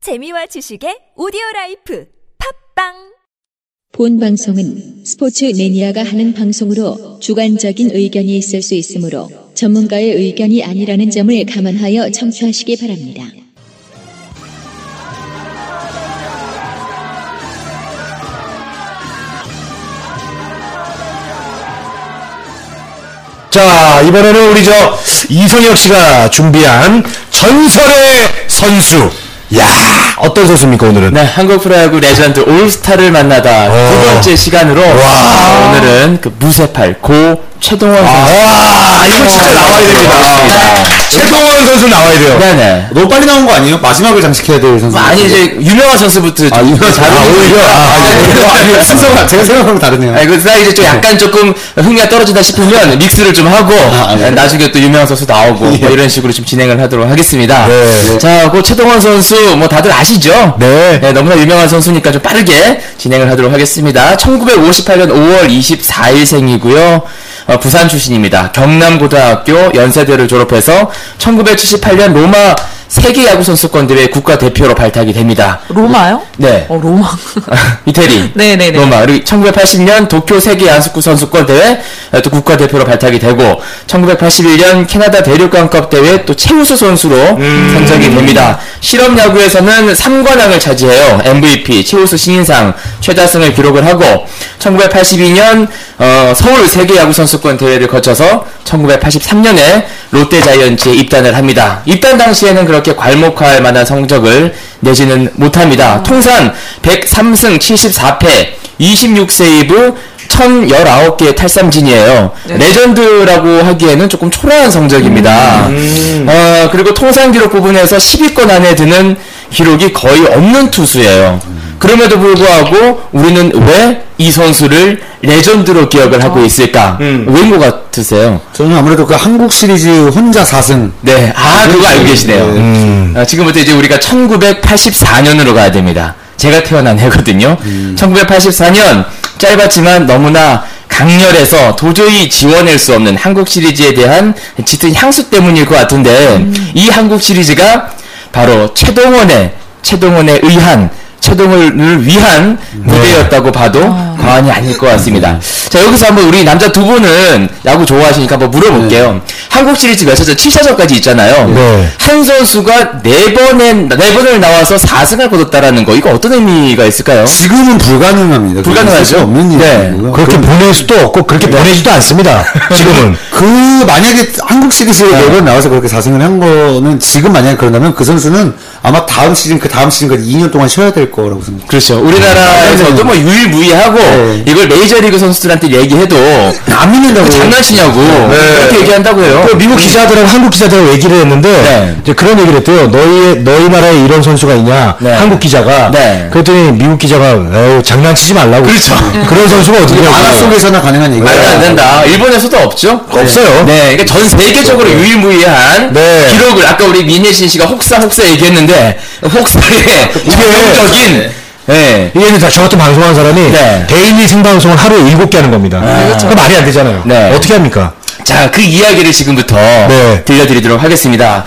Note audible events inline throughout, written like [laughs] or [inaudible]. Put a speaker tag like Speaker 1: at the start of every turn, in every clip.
Speaker 1: 재미와 지식의 오디오 라이프 팝빵
Speaker 2: 본 방송은 스포츠 매니아가 하는 방송으로 주관적인 의견이 있을 수 있으므로 전문가의 의견이 아니라는 점을 감안하여 청취하시기 바랍니다.
Speaker 3: 자, 이번에는 우리 저 이성혁 씨가 준비한 전설의 선수. 야, 어떤 선수입니까 오늘은?
Speaker 4: 네, 한국 프로야구 레전드 올스타를 만나다 두 번째 시간으로 어, 오늘은 그 무쇠팔 고 최동원 선수.
Speaker 3: 와, 아, 이거 진짜 나와야 됩니다. 네. 최동원 선수 나와야 돼요.
Speaker 4: 네네.
Speaker 3: 너무 빨리 나온 거 아니에요? 마지막을 장식해야 될 선수.
Speaker 4: 아니 이제 유명한 선수부터 좀
Speaker 3: 아,
Speaker 4: 다루고
Speaker 3: 오히려 아, 이거 아니에요. 순서가 제가 생각하고 다르네요.
Speaker 4: 아니, 그 사이 이제 좀 약간 조금 흥미가 떨어진다 싶으면 믹스를 좀 하고
Speaker 3: 아,
Speaker 4: 네, 나중에 또 유명한 선수 나오고 뭐 이런 식으로 좀 진행을 하도록 하겠습니다.
Speaker 3: 예. 네.
Speaker 4: 자, 고 최동원 선수 뭐 다들 아시죠?
Speaker 3: 네.
Speaker 4: 너무나 유명한 선수니까 좀 빠르게 진행을 하도록 하겠습니다. 1958년 5월 24일생이고요. 어, 부산 출신입니다. 경남고등학교 연세대를 졸업해서 1978년 로마 세계 야구 선수권 대회 국가 대표로 발탁이 됩니다.
Speaker 5: 로마요?
Speaker 4: 네.
Speaker 5: 어, 로마.
Speaker 4: [laughs] 이태리.
Speaker 5: 네네네.
Speaker 4: 로마. 그리고 1980년 도쿄 세계 야수구 선수권 대회 어, 또 국가 대표로 발탁이 되고 1981년 캐나다 대륙강컵 대회 또 최우수 선수로 선정이 됩니다. 실업 야구에서는 3관왕을 차지해요. MVP, 최우수 신인상, 최다승을 기록을 하고 1982년 어, 서울 세계 야구 선수권 대회를 거쳐서 1983년에 롯데 자이언츠에 입단을 합니다. 입단 당시에는 그렇게 괄목할 만한 성적을 내지는 못합니다. 통산 103승 74패, 26세이브 1019개의 탈삼진이에요. 레전드라고 하기에는 조금 초라한 성적입니다. 어, 그리고 통산 기록 부분에서 10위권 안에 드는 기록이 거의 없는 투수예요. 그럼에도 불구하고 우리는 왜 이 선수를 레전드로 기억을 하고 있을까? 왜인 것 같으세요?
Speaker 6: 저는 아무래도 그 한국 시리즈 혼자 4승.
Speaker 4: 네, 아, 그거 알고 계시네요.
Speaker 6: 네.
Speaker 4: 아, 지금부터 이제 우리가 1984년으로 가야 됩니다. 제가 태어난 해거든요. 1984년, 짧았지만 너무나 강렬해서 도저히 지워낼 수 없는 한국 시리즈에 대한 짙은 향수 때문일 것 같은데, 이 한국 시리즈가 바로 최동원의, 최동원에 의한, 최동원을 위한
Speaker 3: 네.
Speaker 4: 무대였다고 봐도 과언이 아닐 것 같습니다. 자, 여기서 한번 우리 남자 두 분은 야구 좋아하시니까 한번 물어볼게요. 한국 시리즈 몇 차전? 7차전까지 있잖아요.
Speaker 3: 네.
Speaker 4: 한 선수가 네번네 번을 나와서 4승을 거뒀다라는 거 이거 어떤 의미가 있을까요?
Speaker 6: 지금은 불가능합니다.
Speaker 4: 불가능하죠.
Speaker 6: 그럴 수 없는
Speaker 4: 네.
Speaker 6: 일이고요. 네.
Speaker 3: 그렇게 보낼 수도 없고 그렇게 보내지도 않습니다.
Speaker 4: [laughs]
Speaker 3: 지금은.
Speaker 6: 그 만약에 한국 시리즈에 네. 번 나와서 그렇게 4승을 한 거는 지금 만약에 그런다면 그 선수는 아마 다음 시즌 그 다음 시즌까지 2년 동안 쉬어야 될 거라고 생각합니다.
Speaker 4: 그렇죠. 우리나라에서도
Speaker 3: 네.
Speaker 4: 뭐 유일무이하고
Speaker 6: 네.
Speaker 4: 이걸 메이저리그 선수들한테 얘기해도
Speaker 6: 안 믿는다고
Speaker 4: 그 장난치냐고 그렇게 얘기한다고 해요.
Speaker 3: 네. 그 미국 기자들하고 한국 기자들하고 얘기를 했는데
Speaker 4: 네.
Speaker 3: 이제 그런 얘기를 했대요. 너희 너희 나라에 이런 선수가 있냐?
Speaker 4: 네.
Speaker 3: 한국 기자가
Speaker 4: 네.
Speaker 3: 그랬더니 미국 기자가 에휴, 장난치지 말라고.
Speaker 4: 그렇죠.
Speaker 3: 런 선수가 어디냐고.
Speaker 6: 만화 속에서나 가능한 얘기가
Speaker 4: 말도 안 된다. 일본에서도 없죠?
Speaker 3: 없어요.
Speaker 4: 네, 그러니까 전 세계적으로 유일무이한
Speaker 3: 네.
Speaker 4: 기록을 아까 우리 민혜신 씨가 혹사 혹사 얘기했는데 혹사의 전형적인 네.
Speaker 3: 이게는 다 저 같은 방송하는 사람이
Speaker 4: 네.
Speaker 3: 데일리 생방송을 하루에 7개 하는 겁니다. 그거 말이 안 되잖아요.
Speaker 4: 네.
Speaker 3: 어떻게 합니까?
Speaker 4: 자, 그 이야기를 지금부터
Speaker 3: 네.
Speaker 4: 들려드리도록 하겠습니다.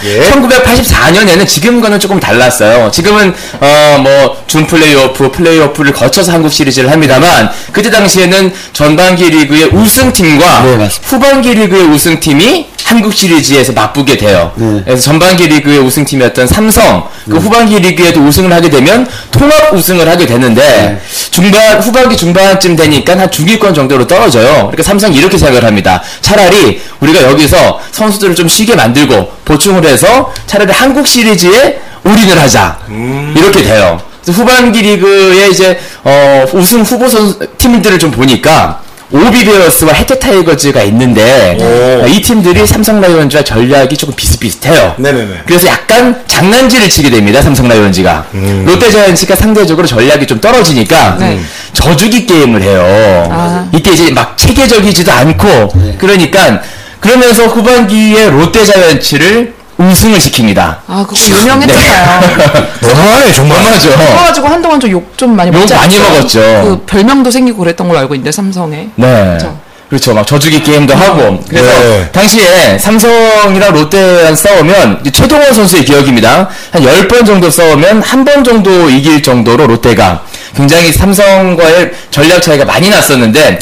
Speaker 4: 1984년에는 지금과는 조금 달랐어요. 지금은 어, 뭐 준플레이오프, 플레이오프를 거쳐서 한국 시리즈를 합니다만 그때 당시에는 전반기 리그의 우승팀과
Speaker 6: 네, 맞습니다.
Speaker 4: 후반기 리그의 우승팀이 한국 시리즈에서 맞붙게 돼요.
Speaker 6: 네.
Speaker 4: 그래서 전반기 리그의 우승팀이었던 삼성, 그 후반기 리그에도 우승을 하게 되면 통합 우승을 하게 되는데 중반 후반기 중반쯤 되니까 한 중위권 정도로 떨어져요. 그러니까 삼성이 이렇게 생각을 합니다. 차라리 우리가 여기서 선수들을 좀 쉬게 만들고 보충을 해서 차라리 한국 시리즈에 올인을 하자 이렇게 돼요. 그래서 후반기 리그의 이제 어, 우승 후보 선 팀들을 좀 보니까 오비베어스와 해태 타이거즈가 있는데 이 팀들이 삼성 라이온즈와 전략이 조금 비슷비슷해요.
Speaker 7: 네네네.
Speaker 4: 그래서 약간 장난질을 치게 됩니다. 삼성 라이온즈가
Speaker 7: 음.
Speaker 4: 롯데 자이언츠가 상대적으로 전략이 좀 떨어지니까
Speaker 5: 네.
Speaker 4: 저주기 게임을 해요. 이때 이제 막 체계적이지도 않고 그러니까 그러면서 후반기에 롯데 자이언츠를 우승을 시킵니다.
Speaker 5: 아, 그거 유명했잖아요.
Speaker 3: 너무하네 정말.
Speaker 4: 맞죠.
Speaker 5: 그거 가지고 한동안 좀 욕 좀 많이
Speaker 4: 어. 욕
Speaker 5: 먹지
Speaker 4: 많이
Speaker 5: 않았어요?
Speaker 4: 먹었죠.
Speaker 5: 그 별명도 생기고 그랬던 걸로 알고 있는데, 삼성에.
Speaker 4: 네.
Speaker 5: 그쵸.
Speaker 4: 그렇죠. 막 저주기 게임도 하고. 그래서
Speaker 3: 네.
Speaker 4: 당시에 삼성이랑 롯데랑 싸우면 이제 최동원 선수의 기억입니다. 한 10번 정도 싸우면 한 번 정도 이길 정도로 롯데가 굉장히 삼성과의 전략 차이가 많이 났었는데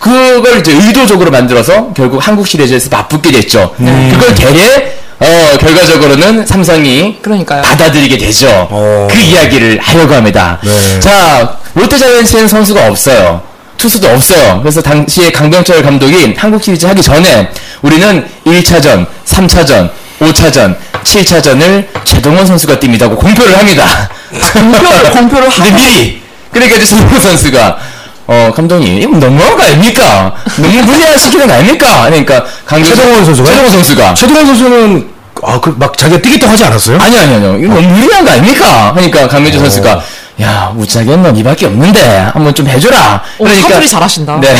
Speaker 4: 그걸 이제 의도적으로 만들어서 결국 한국 시리즈에서 맞붙게 됐죠. 그걸 대래 어, 결과적으로는 삼성이
Speaker 5: 그러니까요.
Speaker 4: 받아들이게 되죠.
Speaker 3: 어.
Speaker 4: 그 이야기를 하려고 합니다.
Speaker 3: 네.
Speaker 4: 자, 롯데자이언츠에는 선수가 없어요. 투수도 없어요. 그래서 당시에 강병철 감독이 한국 시리즈 하기 전에 우리는 1차전, 3차전, 5차전, 7차전을 최동원 선수가 뜁니다고 공표를 합니다. [laughs] 공표를, 공표를 하고? 미리! 그러니까 이제 최동원 선수가 어, 감독님, 이거 너무한 거 아닙니까? 너무 무리하시기는 아닙니까? 그러니까 강병철
Speaker 3: 최동원 선수가?
Speaker 4: 최동원 선수가.
Speaker 3: 최동원 선수는 아 그 막 자기가 뛰겠다고 하지 않았어요?
Speaker 4: 아니 아니 아니요. 이거 너무 무리한 거 아닙니까? 하니까 강민주
Speaker 5: 어.
Speaker 4: 선수가 야 우짜기엔 넌 이밖에 없는데 한번 좀 해줘라.
Speaker 5: 오, 사투리 잘하신다. [laughs]
Speaker 4: 네.
Speaker 3: 아,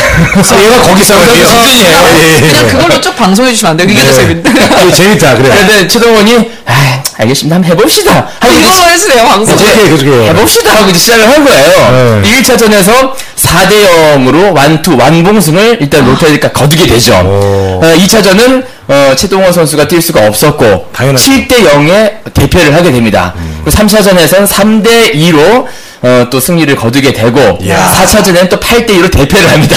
Speaker 3: 얘가 거기 싸움이에요.
Speaker 4: 진전이에요.
Speaker 3: 예, 예.
Speaker 5: 그냥 그걸로 쭉 방송해 주시면 안 돼요. 이게 더 재밌네.
Speaker 3: 예, 재밌다 그래.
Speaker 4: 그런데 최동원이 아 알겠습니다. 한번 해봅시다. 하고 이제
Speaker 5: [laughs] 이걸로 해주세요, 방송.
Speaker 3: 이제- 예, 그렇죠, 그렇게 해가지고요.
Speaker 4: 해봅시다 하고 이제 시작을 한 거예요.
Speaker 3: 네.
Speaker 4: 1차전에서 4대 0으로 완투 완봉승을 일단 롯데가 거두게 되죠.
Speaker 3: 오.
Speaker 4: 어, 2차전은 어, 최동원 선수가 뛸 수가 없었고
Speaker 3: 당연하죠. 음.
Speaker 4: 7대 0의 대패를 하게 됩니다. 3차전에서는 3대 2로 어, 또 승리를 거두게 되고
Speaker 3: 이야. 아,
Speaker 4: 4차전에는 또 8대 2로 대패를 합니다.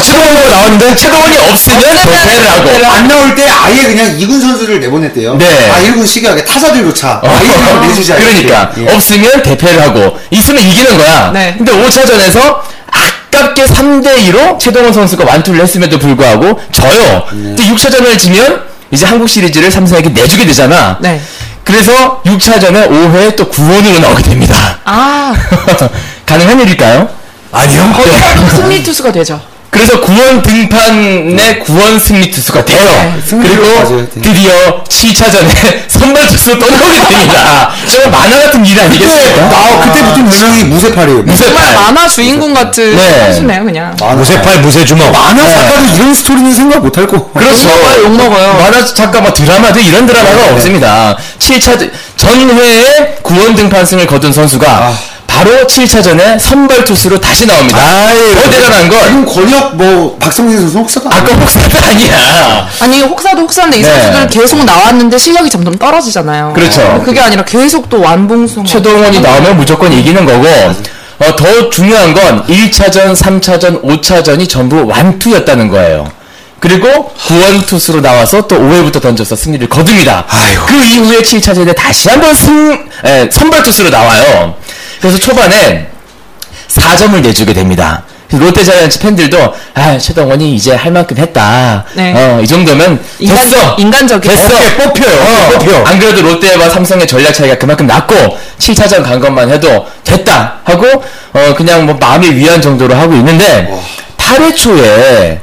Speaker 3: 최동원이 나왔는데
Speaker 4: 최동원이 없으면 대패를 하고
Speaker 6: 안 나올 때 아예 그냥 이군 선수를 내보냈대요.
Speaker 4: 네.
Speaker 6: 아, 1군 시기하게 타자들도 차.
Speaker 4: 어,
Speaker 6: 아예 [laughs] 그냥 내주자. 이렇게.
Speaker 4: 그러니까
Speaker 6: 예.
Speaker 4: 없으면 대패를 하고 있으면 이기는 거야.
Speaker 5: 네.
Speaker 4: 근데 5차전에서 아깝게 3대 2로 최동원 선수가 완투를 했음에도 불구하고 져요. 근데 6차전을 지면 이제 한국 시리즈를 삼성에게 내주게 되잖아.
Speaker 5: 네.
Speaker 4: 그래서 6차전에 5회 또 9원으로 나오게 됩니다. [laughs]
Speaker 5: 아,
Speaker 4: 가능한 일일까요? 네.
Speaker 3: 아니요.
Speaker 5: 거기서 승리 투수가 되죠.
Speaker 4: 그래서 9원 등판에 9원 승리 투수가 돼요.
Speaker 6: 승리로
Speaker 4: 그리고
Speaker 6: 가져야 돼요.
Speaker 4: 드디어 7차전에 [laughs] 선발 투수 또 나오게 됩니다. 정말 만화 같은 일 아니겠습니까?
Speaker 6: 네, 나 그때부터 유명히 무쇠팔이에요.
Speaker 5: 정말 만화 주인공 같은
Speaker 4: 네.
Speaker 5: 선수네요, 그냥.
Speaker 3: 무쇠팔 무쇠주먹.
Speaker 6: 만화 작가도 이런 스토리는 생각 못할 거.
Speaker 4: 뭐, 그렇죠. 욕 먹어요. 만화 작가 뭐 드라마도 이런 드라마가 없습니다. 7차 전회에 구원 등판승을 거둔 선수가 바로 7차전에 선발 투수로 다시 나옵니다. 더 대단한 건
Speaker 6: 지금 권혁 뭐 박성진 선수 혹사가
Speaker 4: 아까 복사가 아니야.
Speaker 5: 아니, 혹사도 혹사인데 이
Speaker 4: 네.
Speaker 5: 선수들은 계속 나왔는데 실력이 점점 떨어지잖아요.
Speaker 4: 그렇죠.
Speaker 5: 그게 아니라 계속 또 완봉승.
Speaker 4: 최동원이 나오면 무조건 이기는 거고 어, 더 중요한 건 1차전, 3차전, 5차전이 전부 완투였다는 거예요. 그리고 구원 투수로 나와서 또 5회부터 던져서 승리를 거둡니다.
Speaker 3: 아이고.
Speaker 4: 그 이후에 7차전에 다시 한번 승 에, 선발 투수로 나와요. 그래서 초반에 4점을 내주게 됩니다. 롯데자이언츠 팬들도 아 최동원이 이제 할 만큼 했다.
Speaker 5: 네.
Speaker 4: 어, 이 정도면
Speaker 5: 인간-
Speaker 4: 됐어.
Speaker 5: 인간적이다.
Speaker 4: 됐어.
Speaker 3: 어깨 뽑혀요. 어깨 뽑혀.
Speaker 4: 안 그래도 롯데와 삼성의 전략 차이가 그만큼 낮고 7차전 간 것만 해도 됐다 하고 어 그냥 뭐 마음의 위안 정도로 하고 있는데 8회 초에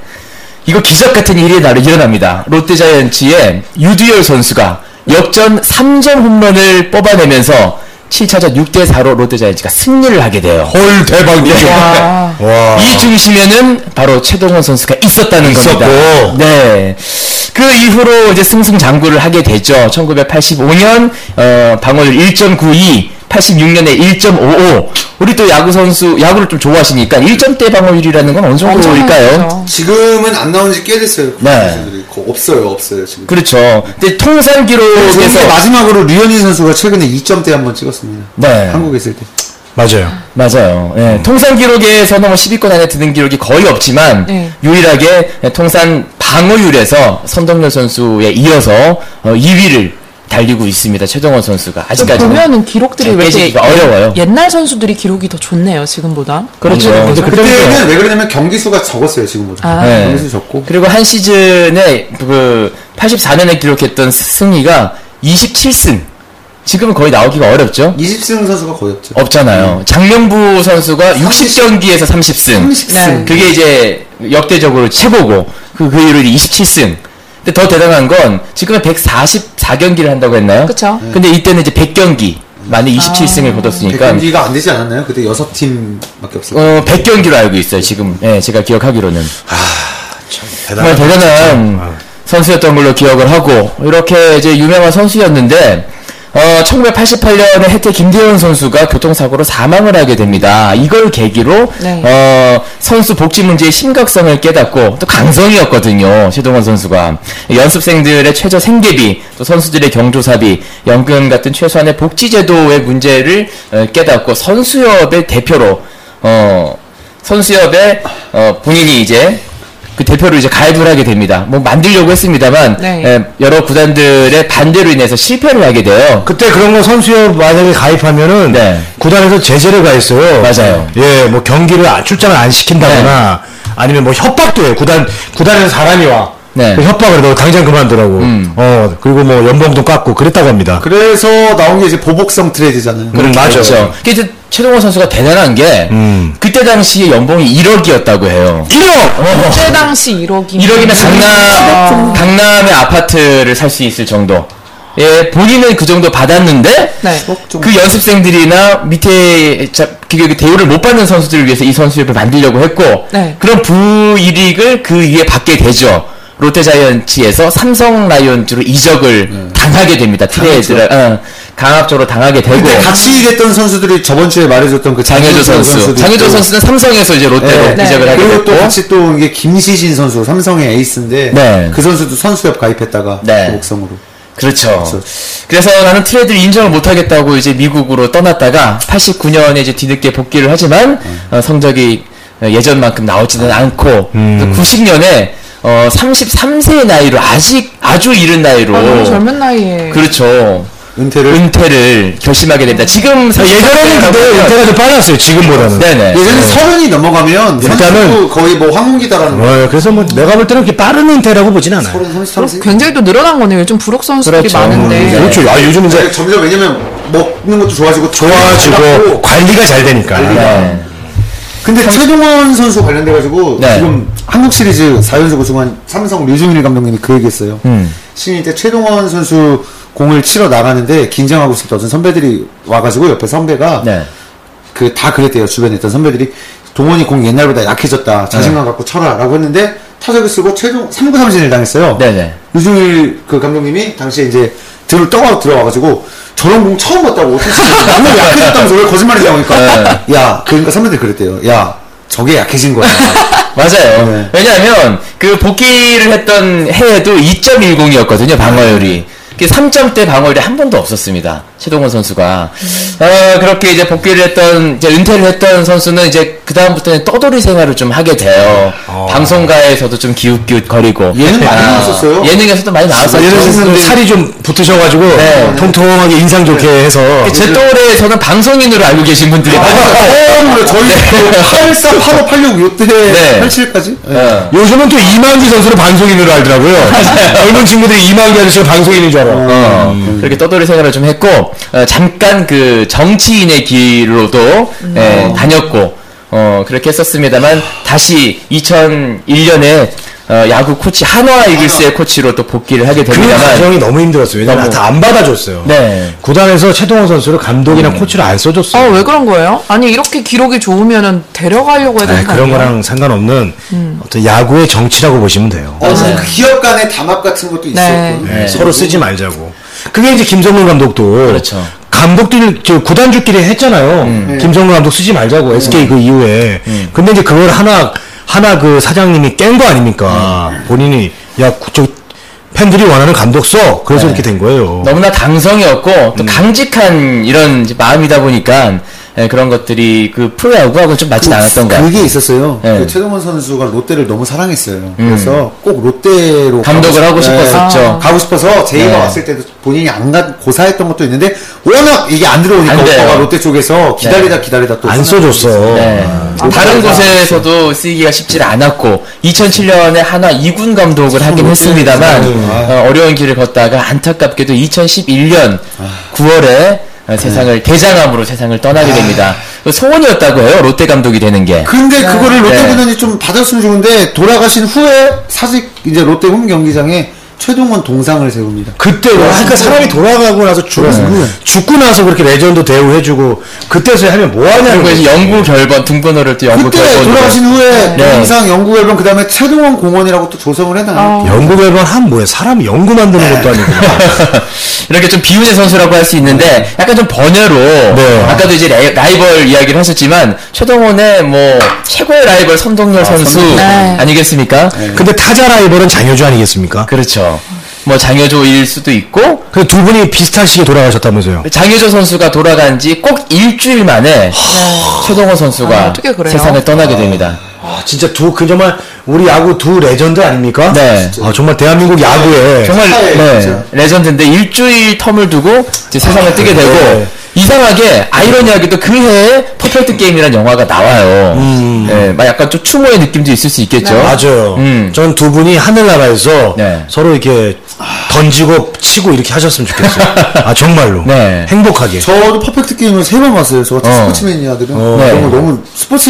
Speaker 4: 이거 기적 같은 일이 나를 일어납니다. 롯데자이언츠의 유두열 선수가 역전 3점 홈런을 뽑아내면서 7차전 6대 4로 롯데자이언츠가 승리를 하게 돼요.
Speaker 3: 헐 대박이야. [laughs]
Speaker 5: 와.
Speaker 3: 와.
Speaker 4: 이 중심에는 바로 최동원 선수가 아. 있었다는
Speaker 3: 있었고.
Speaker 4: 겁니다. 네. 그 이후로 이제 승승장구를 하게 되죠. 1985년 어, 방어율 1.92, 86년에 1.55. 우리 또 야구 선수 야구를 좀 좋아하시니까 1점대 방어율이라는 건 어느 정도일까요?
Speaker 5: 엄청나죠.
Speaker 6: 지금은 안 나온 지 꽤 됐어요. 그
Speaker 4: 네.
Speaker 6: 선수들이. 거- 없어요, 없어요 지금.
Speaker 4: 그렇죠. 근데 통산
Speaker 6: 그래서
Speaker 4: 기록에서
Speaker 6: 마지막으로 류현진 선수가 최근에 2점대 한번 찍었습니다.
Speaker 4: 네.
Speaker 6: 한국에 있을 때.
Speaker 3: 맞아요.
Speaker 4: 맞아요. 예,
Speaker 5: 음.
Speaker 4: 통산 기록에서는 뭐 10위권 안에 드는 기록이 거의 없지만
Speaker 5: 네.
Speaker 4: 유일하게 통산 방어율에서 선동열 선수에 이어서 2위를 달리고 있습니다. 최정원 선수가
Speaker 5: 좀
Speaker 4: 아직까지는
Speaker 5: 보면은 기록들이 왜 이렇게
Speaker 4: 깨지기가 어려워요.
Speaker 5: 옛날 선수들이 기록이 더 좋네요, 지금보다.
Speaker 4: 그렇죠.
Speaker 5: 안 그래요?
Speaker 4: 근데
Speaker 6: 그때는
Speaker 4: 그때는
Speaker 6: 왜 그러냐면 경기 수가 적었어요 지금보다.
Speaker 5: 아.
Speaker 4: 네.
Speaker 6: 경기 수 적고.
Speaker 4: 그리고 한 시즌에 그 84년에 기록했던 승리가 27승. 지금은 거의 나오기가 어렵죠.
Speaker 6: 20승 선수가 거의 없죠.
Speaker 4: 어,
Speaker 5: 음.
Speaker 4: 없잖아요. 장명부 선수가 60경기에서 30승.
Speaker 6: 30승.
Speaker 5: 네.
Speaker 4: 그게 이제 역대적으로 최고고 그, 그 이후로 27승. 근데 더 대단한 건 지금은 144경기를 한다고 했나요? 네.
Speaker 5: 그쵸. 아.
Speaker 4: 근데 이때는 이제 100경기 만에 27승을 거뒀으니까
Speaker 6: 경기가 안 되지 않았나요? 그때 6팀밖에 없어요.
Speaker 4: 어 100경기로 알고 있어요. 지금 예, 제가 기억하기로는 정말
Speaker 3: 대단하다.
Speaker 4: 대단한 선수였던 걸로 기억을 하고 이렇게 이제 유명한 선수였는데 어, 1988년에 해태 김대현 선수가 교통사고로 사망을 하게 됩니다. 이걸 계기로
Speaker 5: 네.
Speaker 4: 어, 선수 복지 문제의 심각성을 깨닫고 또 강성이었거든요. 최동원 선수가 연습생들의 최저 생계비, 또 선수들의 경조사비, 연금 같은 최소한의 복지 제도의 문제를 어, 깨닫고 선수협의 대표로 어, 선수협에 어, 본인이 이제 그 대표로 이제 가입을 하게 됩니다. 뭐 만들려고 했습니다만
Speaker 5: 네.
Speaker 4: 예, 여러 구단들의 반대로 인해서 실패를 하게 돼요.
Speaker 3: 그때 그런 거 선수협 만약에 가입하면은
Speaker 4: 네.
Speaker 3: 구단에서 제재를 가했어요.
Speaker 4: 맞아요.
Speaker 3: 예, 뭐 경기를 안- 출장을 안 시킨다거나 아니면 뭐 협박도 해요. 구단 구단에서 사람이 와.
Speaker 4: 네. 음.
Speaker 3: 그 협박을 너 당장 그만두라고. 어 그리고 뭐 연봉도 깎고 그랬다고 합니다.
Speaker 6: 그래서 나온 게 이제 보복성 트레이드잖아요. 예. 음.
Speaker 3: 음, 맞아.
Speaker 4: 그렇죠. 그게 이제 최동원 선수가 대단한 게 그때 당시에 연봉이 1억이었다고 해요.
Speaker 3: 1억
Speaker 4: 어,
Speaker 5: 그때 당시 1억이면
Speaker 4: 1억이면 강남 강남의 아파트를 살 수 있을 정도. 예, 본인은 그 정도 받았는데
Speaker 5: 네.
Speaker 4: 그 연습생들이나 밑에 자- 그 대우를 못 받는 선수들을 위해서 이 선수협을 만들려고 했고
Speaker 5: 네.
Speaker 4: 그런 부이익을 그 위에 받게 되죠. 롯데자이언츠에서 삼성 라이온즈로 이적을
Speaker 6: 음.
Speaker 4: 당하게 됩니다. 트레이드를 어, 강압적으로 당하게 되고
Speaker 6: 그때 같이 일했던 선수들이 저번 주에 말해줬던 그
Speaker 4: 장효조 선수, 장효조
Speaker 6: 있고.
Speaker 4: 선수는 삼성에서 이제 롯데로
Speaker 6: 네.
Speaker 5: 네.
Speaker 4: 이적을 하게
Speaker 6: 그리고
Speaker 4: 됐고
Speaker 6: 또 같이 또 이게 김시진 선수 삼성의 에이스인데
Speaker 4: 네.
Speaker 6: 그 선수도 선수협 가입했다가
Speaker 4: 네.
Speaker 6: 보복성으로
Speaker 4: 그렇죠.
Speaker 6: 그렇죠.
Speaker 4: 그래서 나는 트레이드를 인정을 못하겠다고 이제 미국으로 떠났다가 89년에 이제 뒤늦게 복귀를 하지만
Speaker 6: 음.
Speaker 4: 어, 성적이 어, 예전만큼 나오지는 않고
Speaker 6: 음.
Speaker 4: 90년에 어, 33세의 나이로 아직 아주 이른 나이로
Speaker 5: 아, 너무 젊은 나이에.
Speaker 4: 그렇죠.
Speaker 6: 은퇴를
Speaker 4: 은퇴를 결심하게 됩니다. 지금
Speaker 3: 예전에는 근데 은퇴가 좀 빨랐어요. 지금보다는.
Speaker 4: 네. 네네.
Speaker 6: 예전에 서른이 넘어가면
Speaker 3: 일단은-
Speaker 6: 선수 거의 뭐 황혼기다라는 거
Speaker 3: 어, 그래서 뭐 내가 볼 때는 그렇게 빠른 은퇴라고 보진 않아요.
Speaker 6: 서른 삼십 삼십
Speaker 5: 굉장히 또 늘어난 거네요. 요즘 부록 선수들이
Speaker 4: 그렇죠.
Speaker 5: 많은데.
Speaker 4: 네.
Speaker 3: 그렇죠. 아 요즘 이제
Speaker 6: 점점 왜냐면 먹는 것도 좋아지고
Speaker 3: 좋아지고
Speaker 6: 닦고.
Speaker 3: 관리가 잘 되니까.
Speaker 4: 네.
Speaker 6: 근데 최동원 선수 관련돼 가지고
Speaker 4: 네.
Speaker 6: 지금 한국 시리즈 4연속 우승한 삼성 류중일 감독님이 그 얘기했어요. 신인 때 최동원 선수 공을 치러 나가는데 긴장하고 있을 때 어떤 선배들이 와가지고 옆에 선배가
Speaker 4: 네.
Speaker 6: 그 다 그랬대요 주변에 있던 선배들이 동원이 공 옛날보다 약해졌다 자신감 갖고 쳐라라고 했는데 타석을 쓰고 최종 3구 삼진을 당했어요.
Speaker 4: 네네.
Speaker 6: 유중일 그 감독님이 당시에 이제 들어 떠가 들어와가지고 저런 공 처음 봤다고 어떻게 너무 약해졌다면서 왜 거짓말이냐 하니까
Speaker 4: 네.
Speaker 6: 야 그러니까 선배들 그랬대요. 야 저게 약해진 거야.
Speaker 4: 맞아요.
Speaker 6: 네.
Speaker 4: 왜냐하면 그 복귀를 했던 해에도 2.10이었거든요
Speaker 6: 네.
Speaker 4: 방어율이. 3점대 방어율이 한 번도 없었습니다. 최동원 선수가.
Speaker 6: 네.
Speaker 4: 어, 그렇게 이제 복귀를 했던, 이제 은퇴를 했던 선수는 이제 그다음부터는 떠돌이 생활을 좀 하게 돼요. 방송가에서도 좀 기웃기웃 거리고. 아,
Speaker 6: 얘는 아. 많이 나왔었어요.
Speaker 4: 예능에서도 많이 나왔었죠.
Speaker 3: 아, 예전에는 살이 좀 붙으셔가지고
Speaker 4: 네.
Speaker 3: 통통하게 인상 좋게 해서
Speaker 4: 제 또래에서는 방송인으로 알고 계신 분들이 많아요. 어.
Speaker 6: 처음으로 저희
Speaker 4: [laughs]
Speaker 6: 84, 85, 86 요때
Speaker 4: 네.
Speaker 6: 87까지
Speaker 4: 어.
Speaker 3: 요즘은 또 이만기 선수를 방송인으로 알더라고요. 젊은 친구들이 이만기 아저씨를 방송인인 줄 알아.
Speaker 4: 어,
Speaker 6: 음.
Speaker 4: 그렇게 떠돌이 생활을 좀 했고 어, 잠깐 그 정치인의 길로도
Speaker 6: 음.
Speaker 4: 예, 다녔고 어, 그렇게 했었습니다만 다시 2001년에 어, 야구 코치 한화 이글스의 코치로 또 복귀를 하게
Speaker 3: 그
Speaker 4: 됩니다만
Speaker 6: 그렇죠.
Speaker 3: 과정이 너무 힘들었어요. 왜냐면 다 안 받아줬어요.
Speaker 4: 네.
Speaker 3: 구단에서 최동원 선수를 감독이나 코치를 안 써줬어요.
Speaker 5: 아, 왜 그런 거예요? 아니, 이렇게 기록이 좋으면은 데려가려고 해야 되는
Speaker 3: 네,
Speaker 5: 거
Speaker 3: 그런
Speaker 5: 아니에요?
Speaker 3: 거랑 상관없는 어떤 야구의 정치라고 보시면 돼요.
Speaker 6: 어,
Speaker 4: 네.
Speaker 6: 기업 간의 담합 같은 것도
Speaker 5: 네.
Speaker 6: 있었고
Speaker 3: 네, 서로 쓰지 말자고. 그게 이제 김성근 감독도
Speaker 4: 그렇죠. 음.
Speaker 3: 감독들 저 구단주끼리 했잖아요. 김성근 감독 쓰지 말자고 SK 그 이후에. 근데 이제 그걸 하나 하나 그 사장님이 깬 거 아닙니까?
Speaker 4: 음.
Speaker 3: 본인이 야저 팬들이 원하는 감독 써. 그래서 이렇게 된 거예요.
Speaker 4: 네. 너무나 강성이었고
Speaker 6: 음.
Speaker 4: 또 강직한 이런 이제 마음이다 보니까 예, 그런 것들이 그 프로야구하고 좀 맞지 않았던 것 같아요.
Speaker 6: 그게 있었어요.
Speaker 4: 네.
Speaker 6: 그 최동원 선수가 롯데를 너무 사랑했어요. 그래서 꼭 롯데로
Speaker 4: 감독을 하고
Speaker 6: 싶-
Speaker 4: 싶었었죠.
Speaker 6: 네, 가고 싶어서 제이가
Speaker 4: 네.
Speaker 6: 왔을 때도 본인이 안 가, 고사했던 것도 있는데 워낙 이게 안 들어오니까
Speaker 4: 안 돼요.
Speaker 6: 오빠가 롯데 쪽에서 기다리다 기다리다 또
Speaker 3: 안 써줬어.
Speaker 4: 네.
Speaker 6: 아,
Speaker 4: 다른 곳에서도 쓰이기가 쉽지 않았고 2007년에 하나 2군 감독을 하긴
Speaker 6: 아,
Speaker 4: 했습니다만
Speaker 6: 네.
Speaker 4: 어, 어려운 길을 걷다가 안타깝게도 2011년
Speaker 6: 아.
Speaker 4: 9월에 어,
Speaker 6: 네.
Speaker 4: 세상을 대장암으로 세상을
Speaker 6: 아.
Speaker 4: 떠나게 됩니다. 그 소원이었다고 해요 롯데 감독이 되는 게.
Speaker 6: 근데 그거를 롯데
Speaker 4: 네.
Speaker 6: 구단이 좀 받았으면 좋은데 돌아가신 후에 사직 이제 롯데 홈 경기장에 최동원 동상을 세웁니다.
Speaker 3: 그때 와, 그러니까 사람이 돌아가고 나서 죽, 음. 죽고 나서 그렇게 레전드 대우해주고 그때서야 하면 뭐하냐는
Speaker 4: 그리고
Speaker 3: 거지
Speaker 4: 이제 영구 결번 등번호를 또 영구
Speaker 6: 그때
Speaker 4: 결번
Speaker 6: 돌아가신 후에
Speaker 4: 네.
Speaker 6: 동상 연구 앨범 그 다음에 최동원 공원이라고 또 조성을 해놔요.
Speaker 3: 연구 결번 한 뭐야 사람 연구
Speaker 4: 네.
Speaker 3: 만드는 것도 아니고
Speaker 4: [laughs] 이렇게 좀 비운의 선수라고 할 수 있는데 약간 좀 번외로
Speaker 3: 네.
Speaker 4: 아까도 이제 라이, 라이벌 이야기를 하셨지만 최동원의 뭐 최고의 라이벌 선동열 아, 선수
Speaker 5: 네.
Speaker 4: 아니겠습니까?
Speaker 3: 근데 타자 라이벌은 장효주 아니겠습니까?
Speaker 4: 그렇죠. 뭐 장효조일 수도 있고
Speaker 3: 그 두 분이 비슷한 시기에 돌아가셨다면서요
Speaker 4: 장효조 선수가 돌아간 지 꼭 일주일 만에 최동원
Speaker 5: 아,
Speaker 4: 선수가
Speaker 5: 어떻게 그래요?
Speaker 4: 세상을 떠나게 됩니다.
Speaker 3: 아 진짜 두 그 정말 우리 야구 두 레전드 아닙니까?
Speaker 4: 네.
Speaker 3: 아 정말 대한민국 야구에
Speaker 4: 정말
Speaker 6: 스타일,
Speaker 4: 네,
Speaker 6: 진짜.
Speaker 4: 레전드인데 일주일 텀을 두고 이제 세상을 뜨게 되고
Speaker 3: 네.
Speaker 4: 이상하게 아이러니하게도 그 해에 퍼펙트 게임이라는 영화가 나와요. 네, 막 약간 좀 추모의 느낌도 있을 수 있겠죠.
Speaker 3: 음. 네. 맞아요.
Speaker 4: 음.
Speaker 3: 전 두 분이 하늘나라에서
Speaker 4: 네.
Speaker 3: 서로 이렇게 던지고 치고 이렇게 하셨으면 좋겠어요. 아 정말로
Speaker 4: 네.
Speaker 3: 행복하게.
Speaker 6: 저도 [laughs] 퍼펙트 게임을 세 번 봤어요. 저 같은
Speaker 4: 어.
Speaker 6: 스포츠 매니아들은
Speaker 4: 네.
Speaker 6: 이런 거 너무 스포츠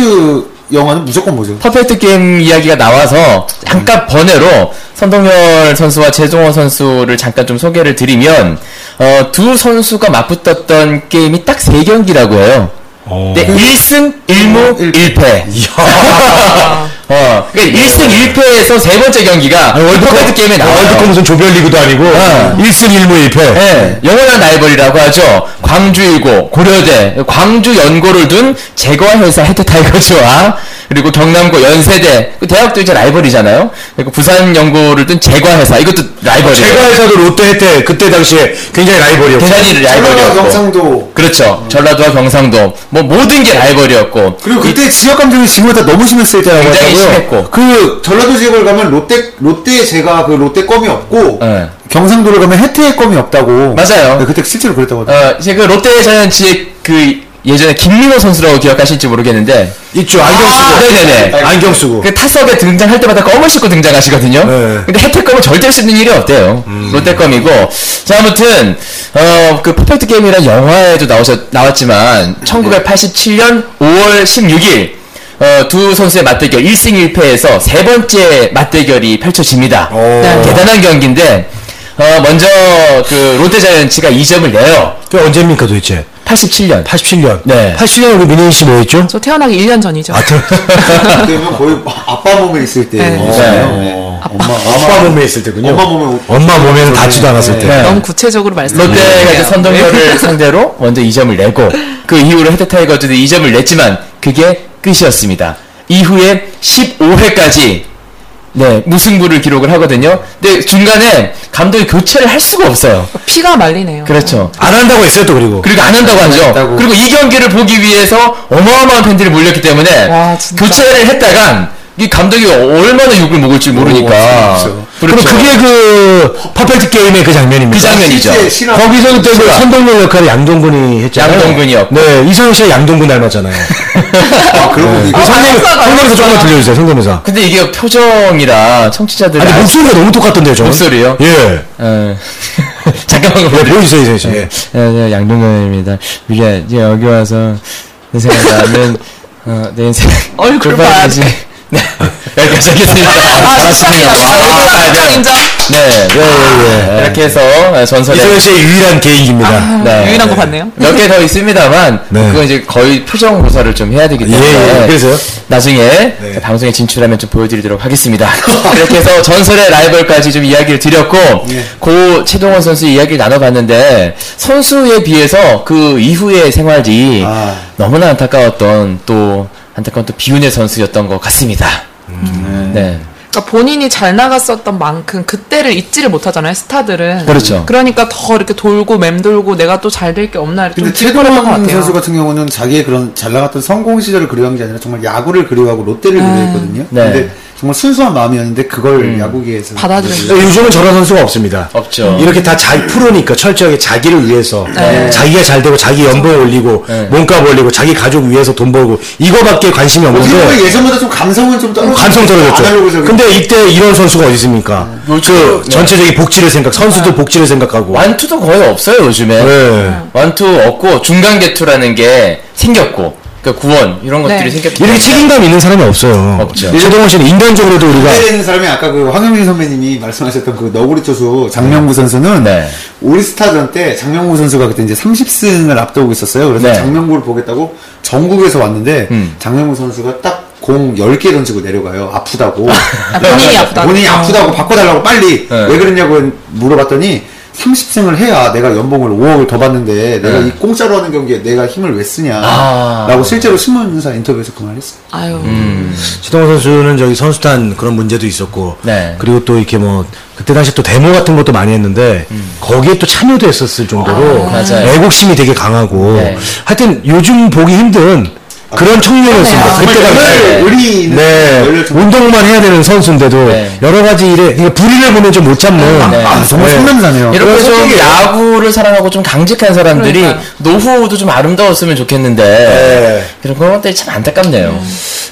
Speaker 6: 영화는 무조건 보죠.
Speaker 4: 퍼펙트 게임 이야기가 나와서
Speaker 3: 음.
Speaker 4: 잠깐 번외로 선동열 선수와 최종호 선수를 잠깐 좀 소개를 드리면 어, 두 선수가 맞붙었던 게임이 딱 세 경기라고 해요.
Speaker 3: 어.
Speaker 4: 네, 1승 1무 1패. 어, 그러니까 1승 1패에서 세 번째 경기가 월드컵 게임에
Speaker 3: 아, 월드컵
Speaker 4: 나와요.
Speaker 3: 무슨 조별리그도 아니고
Speaker 4: 아.
Speaker 3: 1승 1무 1패.
Speaker 4: 예, 영원한 라이벌이라고 하죠. 광주이고 고려대, 광주 연고를 둔 제거회사 해태타이거즈와 그리고 경남고 연세대, 그 대학도 이제 라이벌이잖아요. 그리고 부산 연고를 둔 제과회사, 이것도 라이벌이에요.
Speaker 3: 제가 회사도 어, 롯데 혜택 그때 당시에 굉장히 라이벌이었어요.
Speaker 4: 대단히
Speaker 6: 전라도
Speaker 4: 라이벌이었고.
Speaker 6: 경상도
Speaker 4: 그렇죠. 전라도와 경상도, 뭐 모든 게 라이벌이었고.
Speaker 6: 그리고 그때 지역 감정이 지금보다 너무 심했을 때라고
Speaker 4: 굉장히
Speaker 6: 하더라고요.
Speaker 4: 심했고.
Speaker 6: 그 전라도 지역을 가면 롯데 롯데 제가 그 롯데 껌이 없고
Speaker 4: 네.
Speaker 6: 경상도를 가면 해태의 껌이 없다고.
Speaker 4: 맞아요.
Speaker 6: 네, 그때 실제로 그랬다고 하더라고요.
Speaker 4: 어, 이제 그 롯데 자이언츠의 그 예전에 김민호 선수라고 기억하실지 모르겠는데
Speaker 3: 있죠 안경 쓰고.
Speaker 6: 아,
Speaker 4: 네네네.
Speaker 3: 안경 쓰고.
Speaker 4: 그 타석에 등장할 때마다 껌을 씻고 등장하시거든요.
Speaker 3: 네. 음.
Speaker 4: 근데 혜택 껌은 절대 씻는 일이 없대요. 롯데 껌이고. 자, 아무튼, 어, 그 퍼펙트 게임이라는 영화에도 나오셨, 나왔지만, 1987년 5월 16일, 어, 두 선수의 맞대결 1승 1패에서 세 번째 맞대결이 펼쳐집니다.
Speaker 3: 오.
Speaker 4: 대단한 경기인데, 어, 먼저 그 롯데 자이언츠가 2점을 내요.
Speaker 3: 그 언제입니까 도대체?
Speaker 4: 87년.
Speaker 3: 87년.
Speaker 4: 네.
Speaker 3: 87년 우리 민현 씨 뭐였죠?
Speaker 5: 저 태어나기 1년 전이죠.
Speaker 6: 그때면 거의 아빠 몸에 있을 때.
Speaker 5: 네.
Speaker 6: 잖아요
Speaker 4: 네.
Speaker 6: 엄마,
Speaker 3: 아빠 몸에 있을 때군요.
Speaker 6: 엄마 몸에
Speaker 3: 엄마 몸에는 닿지도 않았을 때.
Speaker 4: 네.
Speaker 5: 너무 구체적으로 말씀드리네요.
Speaker 4: 롯데가 이제 선동열을 상대로 먼저 2점을 내고 그 이후로 해태 타이거즈도 2점을 냈지만 그게 끝이었습니다. 이후에 15회까지 네 무승부를 기록을 하거든요. 근데 중간에 감독이 교체를 할 수가 없어요.
Speaker 5: 피가 말리네요.
Speaker 4: 그렇죠.
Speaker 3: 안 한다고 했어요 또 그리고.
Speaker 4: 그리고 안 한다고 하죠.
Speaker 6: 했다고.
Speaker 4: 그리고 이 경기를 보기 위해서 어마어마한 팬들이 몰렸기 때문에
Speaker 5: 와, 진짜.
Speaker 4: 교체를 했다간 이 감독이 얼마나 욕을 먹을지 모르니까.
Speaker 6: 그렇죠.
Speaker 3: 그럼
Speaker 4: 그렇죠.
Speaker 3: 그게 그 퍼펙트 게임의 그 장면입니다.
Speaker 4: 그 장면이죠.
Speaker 6: 실제 신화
Speaker 3: 거기서 그때 그 선동열 역할을 양동근이 했잖아요.
Speaker 4: 양동근이었고.
Speaker 3: 네, 이상희 씨가 양동근 닮았잖아요.
Speaker 6: 아, 그런 것도 있고.
Speaker 3: 그 성대모- 성대모사 조금만 들려주세요, 성대모사.
Speaker 4: 근데 이게 표정이라 청취자들이
Speaker 3: 아니,
Speaker 4: 알 수-
Speaker 3: 목소리가 너무 똑같던데요, 저는.
Speaker 4: 네. 목소리요?
Speaker 3: 예.
Speaker 4: 예. [laughs] 잠깐만
Speaker 3: 네,
Speaker 4: 보여드릴게요.
Speaker 3: 보여주세요, 이제. 이제.
Speaker 5: 예.
Speaker 4: 안녕하세요 예, 양동근입니다. 미래 이제 여기 와서 내 생각 나는 어, 내 인생
Speaker 5: 얼굴
Speaker 4: 굴박이지. 네 [laughs] 여기까지 하겠습니다.
Speaker 5: 아, 진짜.
Speaker 4: 아,
Speaker 5: 인정,
Speaker 4: 네.
Speaker 5: 인정.
Speaker 4: 네, 예, 예, 예. 이렇게 해서
Speaker 3: 이소연
Speaker 4: 전설의
Speaker 3: 씨의 유일한 개인기입니다.
Speaker 5: 아.
Speaker 4: 네.
Speaker 5: 유일한 거 봤네요.
Speaker 4: 몇 개 더 있습니다만
Speaker 3: 네.
Speaker 4: 그건 이제 거의 표정 조사를 좀 해야 되기 때문에
Speaker 3: 예, 예, 그래서요?
Speaker 4: 나중에
Speaker 3: 네.
Speaker 4: 방송에 진출하면 좀 보여드리도록 하겠습니다. [laughs] 이렇게 해서 전설의 라이벌까지 좀 이야기를 드렸고
Speaker 3: 예.
Speaker 4: 고 최동원 선수 이야기를 나눠봤는데 선수에 비해서 그 이후의 생활이
Speaker 6: 아.
Speaker 4: 너무나 안타까웠던 또 안타까운 또 비운의 선수였던 것 같습니다.
Speaker 3: 음.
Speaker 4: 네.
Speaker 5: 그러니까 본인이 잘 나갔었던 만큼 그때를 잊지를 못하잖아요. 스타들은.
Speaker 4: 그렇죠.
Speaker 5: 그러니까 더 이렇게 돌고 맴돌고 내가 또 잘 될 게 없나 이렇게
Speaker 6: 근데
Speaker 5: 좀 찌뿌렸던 것
Speaker 6: 최동원
Speaker 5: 같아요.
Speaker 6: 선수 같은 경우는 자기의 그런 잘 나갔던 성공 시절을 그리워한 게 아니라 정말 야구를 그리워하고 롯데를 그리워했거든요.
Speaker 4: 네.
Speaker 6: 근데 정말 순수한 마음이었는데 그걸 야구계에서
Speaker 5: 받아들인
Speaker 6: 그리워해요.
Speaker 3: 네, 요즘은 저런 선수가 없습니다.
Speaker 4: 없죠.
Speaker 3: 이렇게 다 잘 풀으니까 철저하게 자기를 위해서 자기가 잘 되고 자기 연봉 올리고 몸값 올리고 자기 가족 위해서 돈 벌고 이거밖에 관심이
Speaker 6: 어떻게
Speaker 3: 없는데
Speaker 6: 보면 뭐 예전보다 좀 감성은 좀 떨어졌죠.
Speaker 3: 관성 네. 떨어졌죠.
Speaker 6: 아날로그적인.
Speaker 3: 근데 이때 이런 선수가 어디 있습니까? 그 전체적인 복지를 생각, 선수도 복지를 생각하고.
Speaker 4: 완투도 거의 없어요 요즘에.
Speaker 3: 네.
Speaker 4: 완투 없고 중간 개투라는 게 생겼고 그 그러니까 구원 이런
Speaker 5: 네.
Speaker 4: 것들이 생겼기
Speaker 3: 이렇게
Speaker 4: 때문에
Speaker 3: 책임감 있는 사람이 없어요.
Speaker 4: 없죠.
Speaker 3: 최동원 씨는 인간적으로도 우리가
Speaker 6: 때리는 사람이 아까 그 황영민 선배님이 말씀하셨던 그 너구리 투수 장명구 선수는
Speaker 4: 네.
Speaker 6: 올스타전 때 장명구 선수가 그때 이제 30승을 앞두고 있었어요. 그래서
Speaker 4: 네.
Speaker 6: 장명구를 보겠다고 전국에서 왔는데
Speaker 4: 음.
Speaker 6: 장명구 선수가 딱 공 10개 던지고 내려가요. 아프다고.
Speaker 5: 본인이
Speaker 6: 네.
Speaker 5: 아프다고.
Speaker 6: 본인이 아프다고 바꿔달라고 빨리
Speaker 4: 네.
Speaker 6: 왜 그러냐고 물어봤더니 30승을 해야 내가 연봉을 5억을 더 받는데 내가
Speaker 4: 네.
Speaker 6: 이 공짜로 하는 경기에 내가 힘을 왜 쓰냐.
Speaker 4: 아.
Speaker 6: 라고 실제로 신문사 인터뷰에서 그 말을 했어요.
Speaker 5: 아유.
Speaker 4: 음,
Speaker 3: 최동원 선수는 저기 선수단 그런 문제도 있었고,
Speaker 4: 네.
Speaker 3: 그리고 또 이렇게 뭐 그때 당시 또 데모 같은 것도 많이 했는데 거기에 또 참여도 했었을 정도로
Speaker 4: 아, 맞아요.
Speaker 3: 애국심이 되게 강하고,
Speaker 4: 네.
Speaker 3: 하여튼 요즘 보기 힘든 그런 청년이었습니다.
Speaker 6: 아, 정말
Speaker 3: 그때 당시.
Speaker 6: 정말 의리 있는
Speaker 3: 네,
Speaker 6: 열렬 정-
Speaker 3: 운동만 해야 되는 선수인데도
Speaker 4: 네.
Speaker 3: 여러 가지 일에 그러니까 불의를 보면 좀 못 참는.
Speaker 4: 네.
Speaker 6: 아, 정말
Speaker 3: 네.
Speaker 6: 상남자네요.
Speaker 4: 이렇게 좀 야구를 사랑하고 좀 강직한 사람들이
Speaker 5: 그러니까요.
Speaker 4: 노후도 좀 아름다웠으면 좋겠는데 이런 그런 것들이 참 안타깝네요.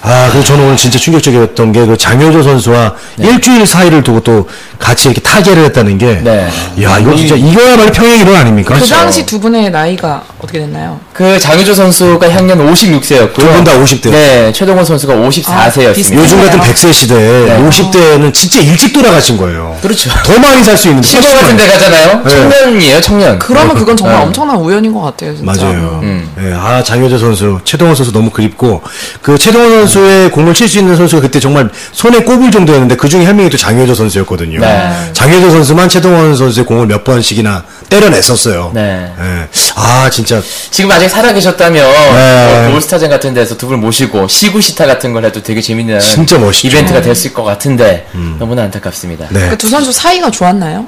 Speaker 3: 아, 그리고 저는 오늘 진짜 충격적이었던 게 그 장효조 선수와 일주일 사이를 두고 또 같이 이렇게 타계를 했다는 게,
Speaker 4: 네.
Speaker 3: 야, 이거 진짜 이거야말로 평행이론 아닙니까?
Speaker 4: 그렇죠.
Speaker 5: 그 당시 두 분의 나이가 어떻게 됐나요?
Speaker 4: 그 장효조 선수가 향년 56세였고요.
Speaker 3: 두분다 50대.
Speaker 4: 네, 최동원 선수가
Speaker 5: 아,
Speaker 4: 54세였습니다.
Speaker 5: 비슷해요.
Speaker 3: 요즘 같은
Speaker 5: 그래요?
Speaker 4: 네.
Speaker 3: 100세 시대에 50대는 진짜 일찍 돌아가신 거예요.
Speaker 4: 그렇죠. [laughs]
Speaker 3: 더 많이 살 수 있는
Speaker 4: 신고 같은 데 가잖아요. 청년이에요, 청년.
Speaker 5: 그러면 그건 정말
Speaker 4: 네.
Speaker 5: 엄청난 우연인 것 같아요. 진짜.
Speaker 6: 네.
Speaker 3: 맞아요. 예, 아 장효재 선수, 최동원 선수 너무 그립고 그 최동원 선수의 공을 칠 수 있는 선수가 그때 정말 손에 꼽을 정도였는데 그 중에 한 명이 또 장효재 선수였거든요.
Speaker 4: 네.
Speaker 3: 장효재 선수만 최동원 선수의 공을 몇 번씩이나 때려냈었어요.
Speaker 4: 네.
Speaker 3: 예. 아 진짜
Speaker 4: 지금 아직 살아계셨다면
Speaker 3: 네.
Speaker 4: 어, 올스타전 같은 데서 두 분 모시고 시구시타 같은 걸 해도 되게 재밌는
Speaker 3: 진짜 멋있죠. 음.
Speaker 4: 이벤트가 됐을 것 같은데 너무나 안타깝습니다.
Speaker 3: 네.
Speaker 5: 그 두 선수 사이가 좋았나요?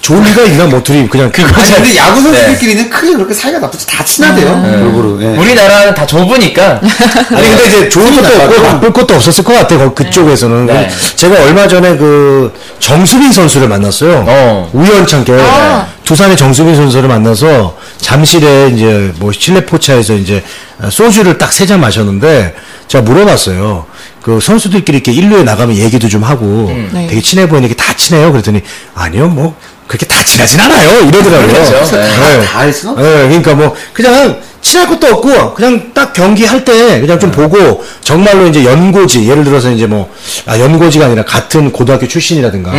Speaker 3: 조리가 있나 뭐 둘이 그냥 그
Speaker 6: 아니, 근데 야구
Speaker 4: 네. 음.
Speaker 6: 선수들끼리는 크게 그렇게 사이가 나쁘지 다 친하대요. 골고루. 예.
Speaker 4: 우리나라는 다
Speaker 6: [laughs]
Speaker 4: 좁으니까
Speaker 3: 아니 근데 이제 좋은 것도
Speaker 6: 나빠도.
Speaker 3: 없고 나쁠 것도 없었을 것 같아요. 거- 그쪽에서는
Speaker 4: 네.
Speaker 3: 제가 얼마 전에 그 정수빈 선수를 만났어요.
Speaker 4: 어.
Speaker 3: 우연찮게 두산의 정수빈 선수를 만나서 잠실에 이제 뭐 실내 포차에서 이제 아, 소주를 딱 세 잔 마셨는데 제가 물어봤어요. 그 선수들끼리 이렇게 일루에 나가면 얘기도 좀 하고
Speaker 5: 네.
Speaker 3: 되게 친해 보이니까 다 친해요. 그랬더니 아니요 뭐 그렇게 다 친하진 않아요 이러더라고요.
Speaker 4: 그렇죠. 네.
Speaker 3: 네.
Speaker 6: 다알 수는 없죠.
Speaker 3: 예, 그러니까 뭐 그냥 친할 것도 없고 그냥 딱 경기 할 때 그냥 좀 보고 정말로 이제 연고지 예를 들어서 이제 뭐 아 연고지가 아니라 같은 고등학교 출신이라든가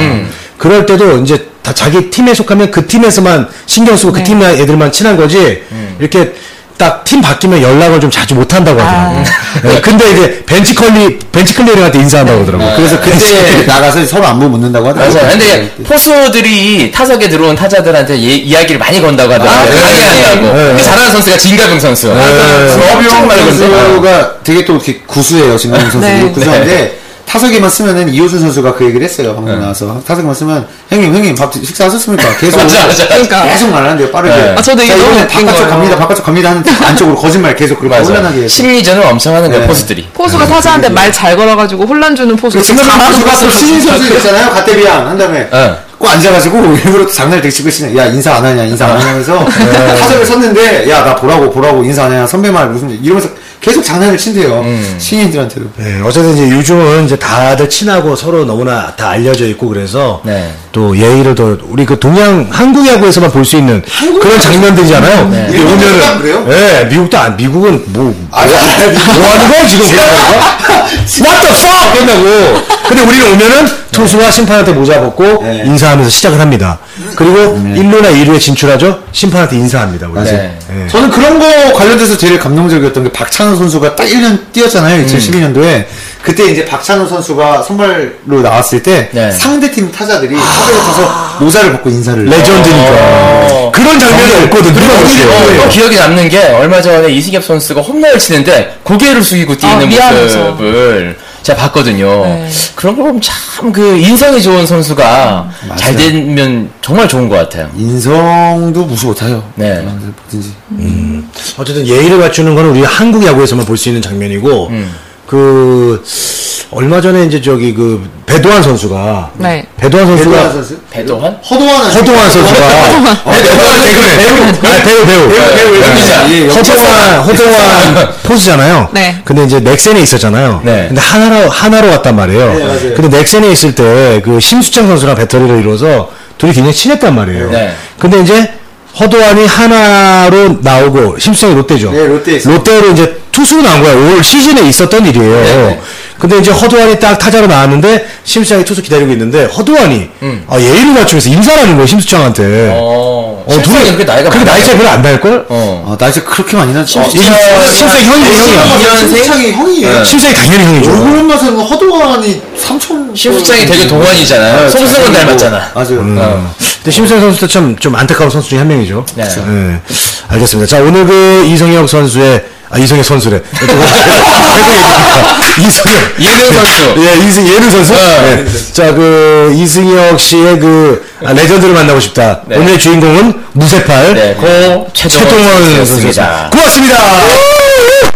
Speaker 3: 그럴 때도 이제 다 자기 팀에 속하면 그 팀에서만 신경 쓰고 그 팀 애들만 친한 거지 이렇게 딱 팀 바뀌면 연락을 좀 자주 못 한다고 하더라고요. 예, 근데 이제 벤치 컬리 벤치 클리어링한테 인사한다고 하더라고요.
Speaker 6: 그래서 그때 나가서 서로 안부 묻는다고 하더라고요. 네.
Speaker 4: 맞아요. 근데 포수들이 타석에 들어온 타자들한테 예- 이야기를 많이 건다고 하더라고요.
Speaker 6: 아,
Speaker 4: 강의
Speaker 6: 네.
Speaker 4: 한다고.
Speaker 3: 네.
Speaker 4: 그 잘하는 선수가 진가병 선수. 아, 네. 엄청
Speaker 6: 서병
Speaker 4: 말고
Speaker 6: 네. 선수가 되게 또 이렇게 구수해요. 진강 선수
Speaker 5: 네.
Speaker 6: 가 구수한데 타석에만 쓰면은 이호준 선수가 그 얘기를 했어요. 방금
Speaker 4: 네.
Speaker 6: 나와서 타석에만 쓰면 형님 형님 밥
Speaker 4: [laughs]
Speaker 6: 식사하셨습니까? 계속
Speaker 4: 맞아, 맞아.
Speaker 5: 그러니까.
Speaker 6: 계속 말하는데요. 빠르게.
Speaker 4: 네.
Speaker 5: 아, 저도 이게
Speaker 6: 자,
Speaker 5: 너무
Speaker 6: 이번엔
Speaker 5: 웃긴
Speaker 6: 바깥쪽
Speaker 5: 거예요.
Speaker 6: 갑니다. 바깥쪽 갑니다
Speaker 5: [laughs]
Speaker 6: 하는데 안쪽으로 거짓말 계속 그렇게 혼란하게.
Speaker 4: 맞아.
Speaker 6: 해서.
Speaker 4: 심리전을 엄청 하는 거예요,
Speaker 6: 네. 그
Speaker 4: 포수들이.
Speaker 5: 포수가 타자한테 말 잘 걸어가지고 혼란 주는 포수가
Speaker 6: 지금
Speaker 5: [laughs]
Speaker 6: 누가 또 신인 선수 있잖아요. 가테비앙 한 다음에
Speaker 4: 네.
Speaker 6: 꼭 앉아가지고 [laughs] 일부러 또 장난을 되게 치고 치네. 야 인사 안 하냐 인사
Speaker 4: [laughs]
Speaker 6: 안 하냐면서
Speaker 4: 네.
Speaker 6: 타석을 섰는데 야 나 보라고 보라고 인사 안 하냐 선배 말 무슨 일 이러면서 계속 장난을 친대요.
Speaker 4: 음.
Speaker 6: 신인들한테도.
Speaker 3: 네, 어쨌든 이제 요즘은 이제 다들 친하고 서로 너무나 다 알려져 있고 그래서
Speaker 4: 네.
Speaker 3: 또 예의를 더 우리 그 동양 한국 야구에서만 볼 수 있는 그런 장면들이잖아요. 근데
Speaker 6: 일본도
Speaker 3: 오늘은-
Speaker 6: 안 그래요?
Speaker 3: 네, 미국도 안 미국은 뭐
Speaker 6: 아,
Speaker 3: 뭐 하는 거야 지금 그거? What the fuck! 된다고. 근데 우리는 오면은 투수와 심판한테 모자 벗고
Speaker 6: 네.
Speaker 3: 인사하면서 시작을 합니다. 그리고 1루나 2루에 진출하죠. 심판한테 인사합니다. 우리.
Speaker 4: 네.
Speaker 3: 네.
Speaker 6: 저는 그런 거 관련돼서 제일 감동적이었던 게 박찬호 선수가 딱 1년 뛰었잖아요. 2012년도에. 그때 이제 박찬호 선수가 선발로 나왔을 때
Speaker 4: 네.
Speaker 6: 상대팀 타자들이 타자를 타서 모자를 벗고 인사를
Speaker 3: 레전드니까.
Speaker 4: 어.
Speaker 3: 그런 장면이 네. 없거든. 누가
Speaker 4: 어, 또
Speaker 3: 봤어요? 예.
Speaker 4: 기억에 남는 게 얼마 전에 이승엽 선수가 홈런을 치는데 고개를 숙이고 뛰는
Speaker 5: 아, 미안해서.
Speaker 4: 모습을 제가 봤거든요.
Speaker 5: 네.
Speaker 4: 그런 거 보면 참 그 인성이 좋은 선수가 잘
Speaker 6: 맞아요.
Speaker 4: 되면 정말 좋은 것 같아요.
Speaker 6: 인성도 무시 못해요. 아,
Speaker 4: 네.
Speaker 6: 뭐든지.
Speaker 3: 어쨌든 예의를 갖추는 건 우리 한국 야구에서만 볼 수 있는 장면이고
Speaker 6: 음.
Speaker 3: 그 얼마 전에 이제 저기 그 배도환 선수가
Speaker 5: 네.
Speaker 3: 배도환 선수가
Speaker 6: 배도환 선수?
Speaker 4: 배도환?
Speaker 6: [laughs] 허도환 선수.
Speaker 3: 허동환 선수가 배우 배우 배우
Speaker 4: 아, 배우, 배우. 연기자.
Speaker 3: 예, 허동환 허동환 포수잖아요.
Speaker 5: 네.
Speaker 3: 근데 이제 넥센에 있었잖아요.
Speaker 4: 네.
Speaker 3: 근데 하나로 하나로 왔단 말이에요.
Speaker 6: 네, 맞아요.
Speaker 3: 근데 넥센에 있을 때 그 심수창 선수랑 배터리를 이뤄서 둘이 굉장히 친했단 말이에요.
Speaker 4: 네.
Speaker 3: 근데 이제 허도환이 하나로 나오고 심수영이 롯데죠.
Speaker 6: 네, 롯데에 있어요.
Speaker 3: 로 이제 투수로 나온 거야. 올 시즌에 있었던 일이에요.
Speaker 6: 네.
Speaker 3: 근데 이제 허도환이 딱 타자로 나왔는데 심수창이 투수 기다리고 있는데 허도환이 아, 예의를 맞추면서 인사하는 거야 심수창한테.
Speaker 4: 어,
Speaker 3: 둘이-
Speaker 4: 실수가 그렇게 나이가
Speaker 3: 그렇게
Speaker 4: 많아요.
Speaker 3: 나이 차이 별로 안 날 걸?
Speaker 4: 어.
Speaker 6: 아, 날짜 그렇게 많이 났지.
Speaker 4: 어,
Speaker 3: 심수- 심수창이 형이에요, 형이야. 네.
Speaker 6: 심창이 형이에요.
Speaker 3: 심수창이 당연히
Speaker 4: 어.
Speaker 3: 형이죠.
Speaker 6: 얼굴 맛은 허도환이 3천. 뭐
Speaker 4: 심수창이 되게 동안이잖아요. 송승헌 닮았잖아.
Speaker 6: 어, 네, 맞아요.
Speaker 3: 음. 근데 심수창 선수도 참, 좀 안타까운 선수 중에 한 명이죠.
Speaker 4: 어. 네. 그렇죠.
Speaker 3: 네. 알겠습니다. 자, 오늘 그 이성혁 선수의, 아, 이성혁 선수래. [laughs] 이성혁.
Speaker 4: 이승 선수. 아,
Speaker 3: 예, 이승, 예능 선수? 네. 자, 그, 이승혁 씨의 그, 아, 레전드를 만나고 싶다.
Speaker 4: 네.
Speaker 3: 오늘의 주인공은 무쇠팔.
Speaker 4: 네, 고 최동원
Speaker 3: 최동원 선수였습니다.
Speaker 4: 선수였습니다. 네.
Speaker 3: 고맙습니다.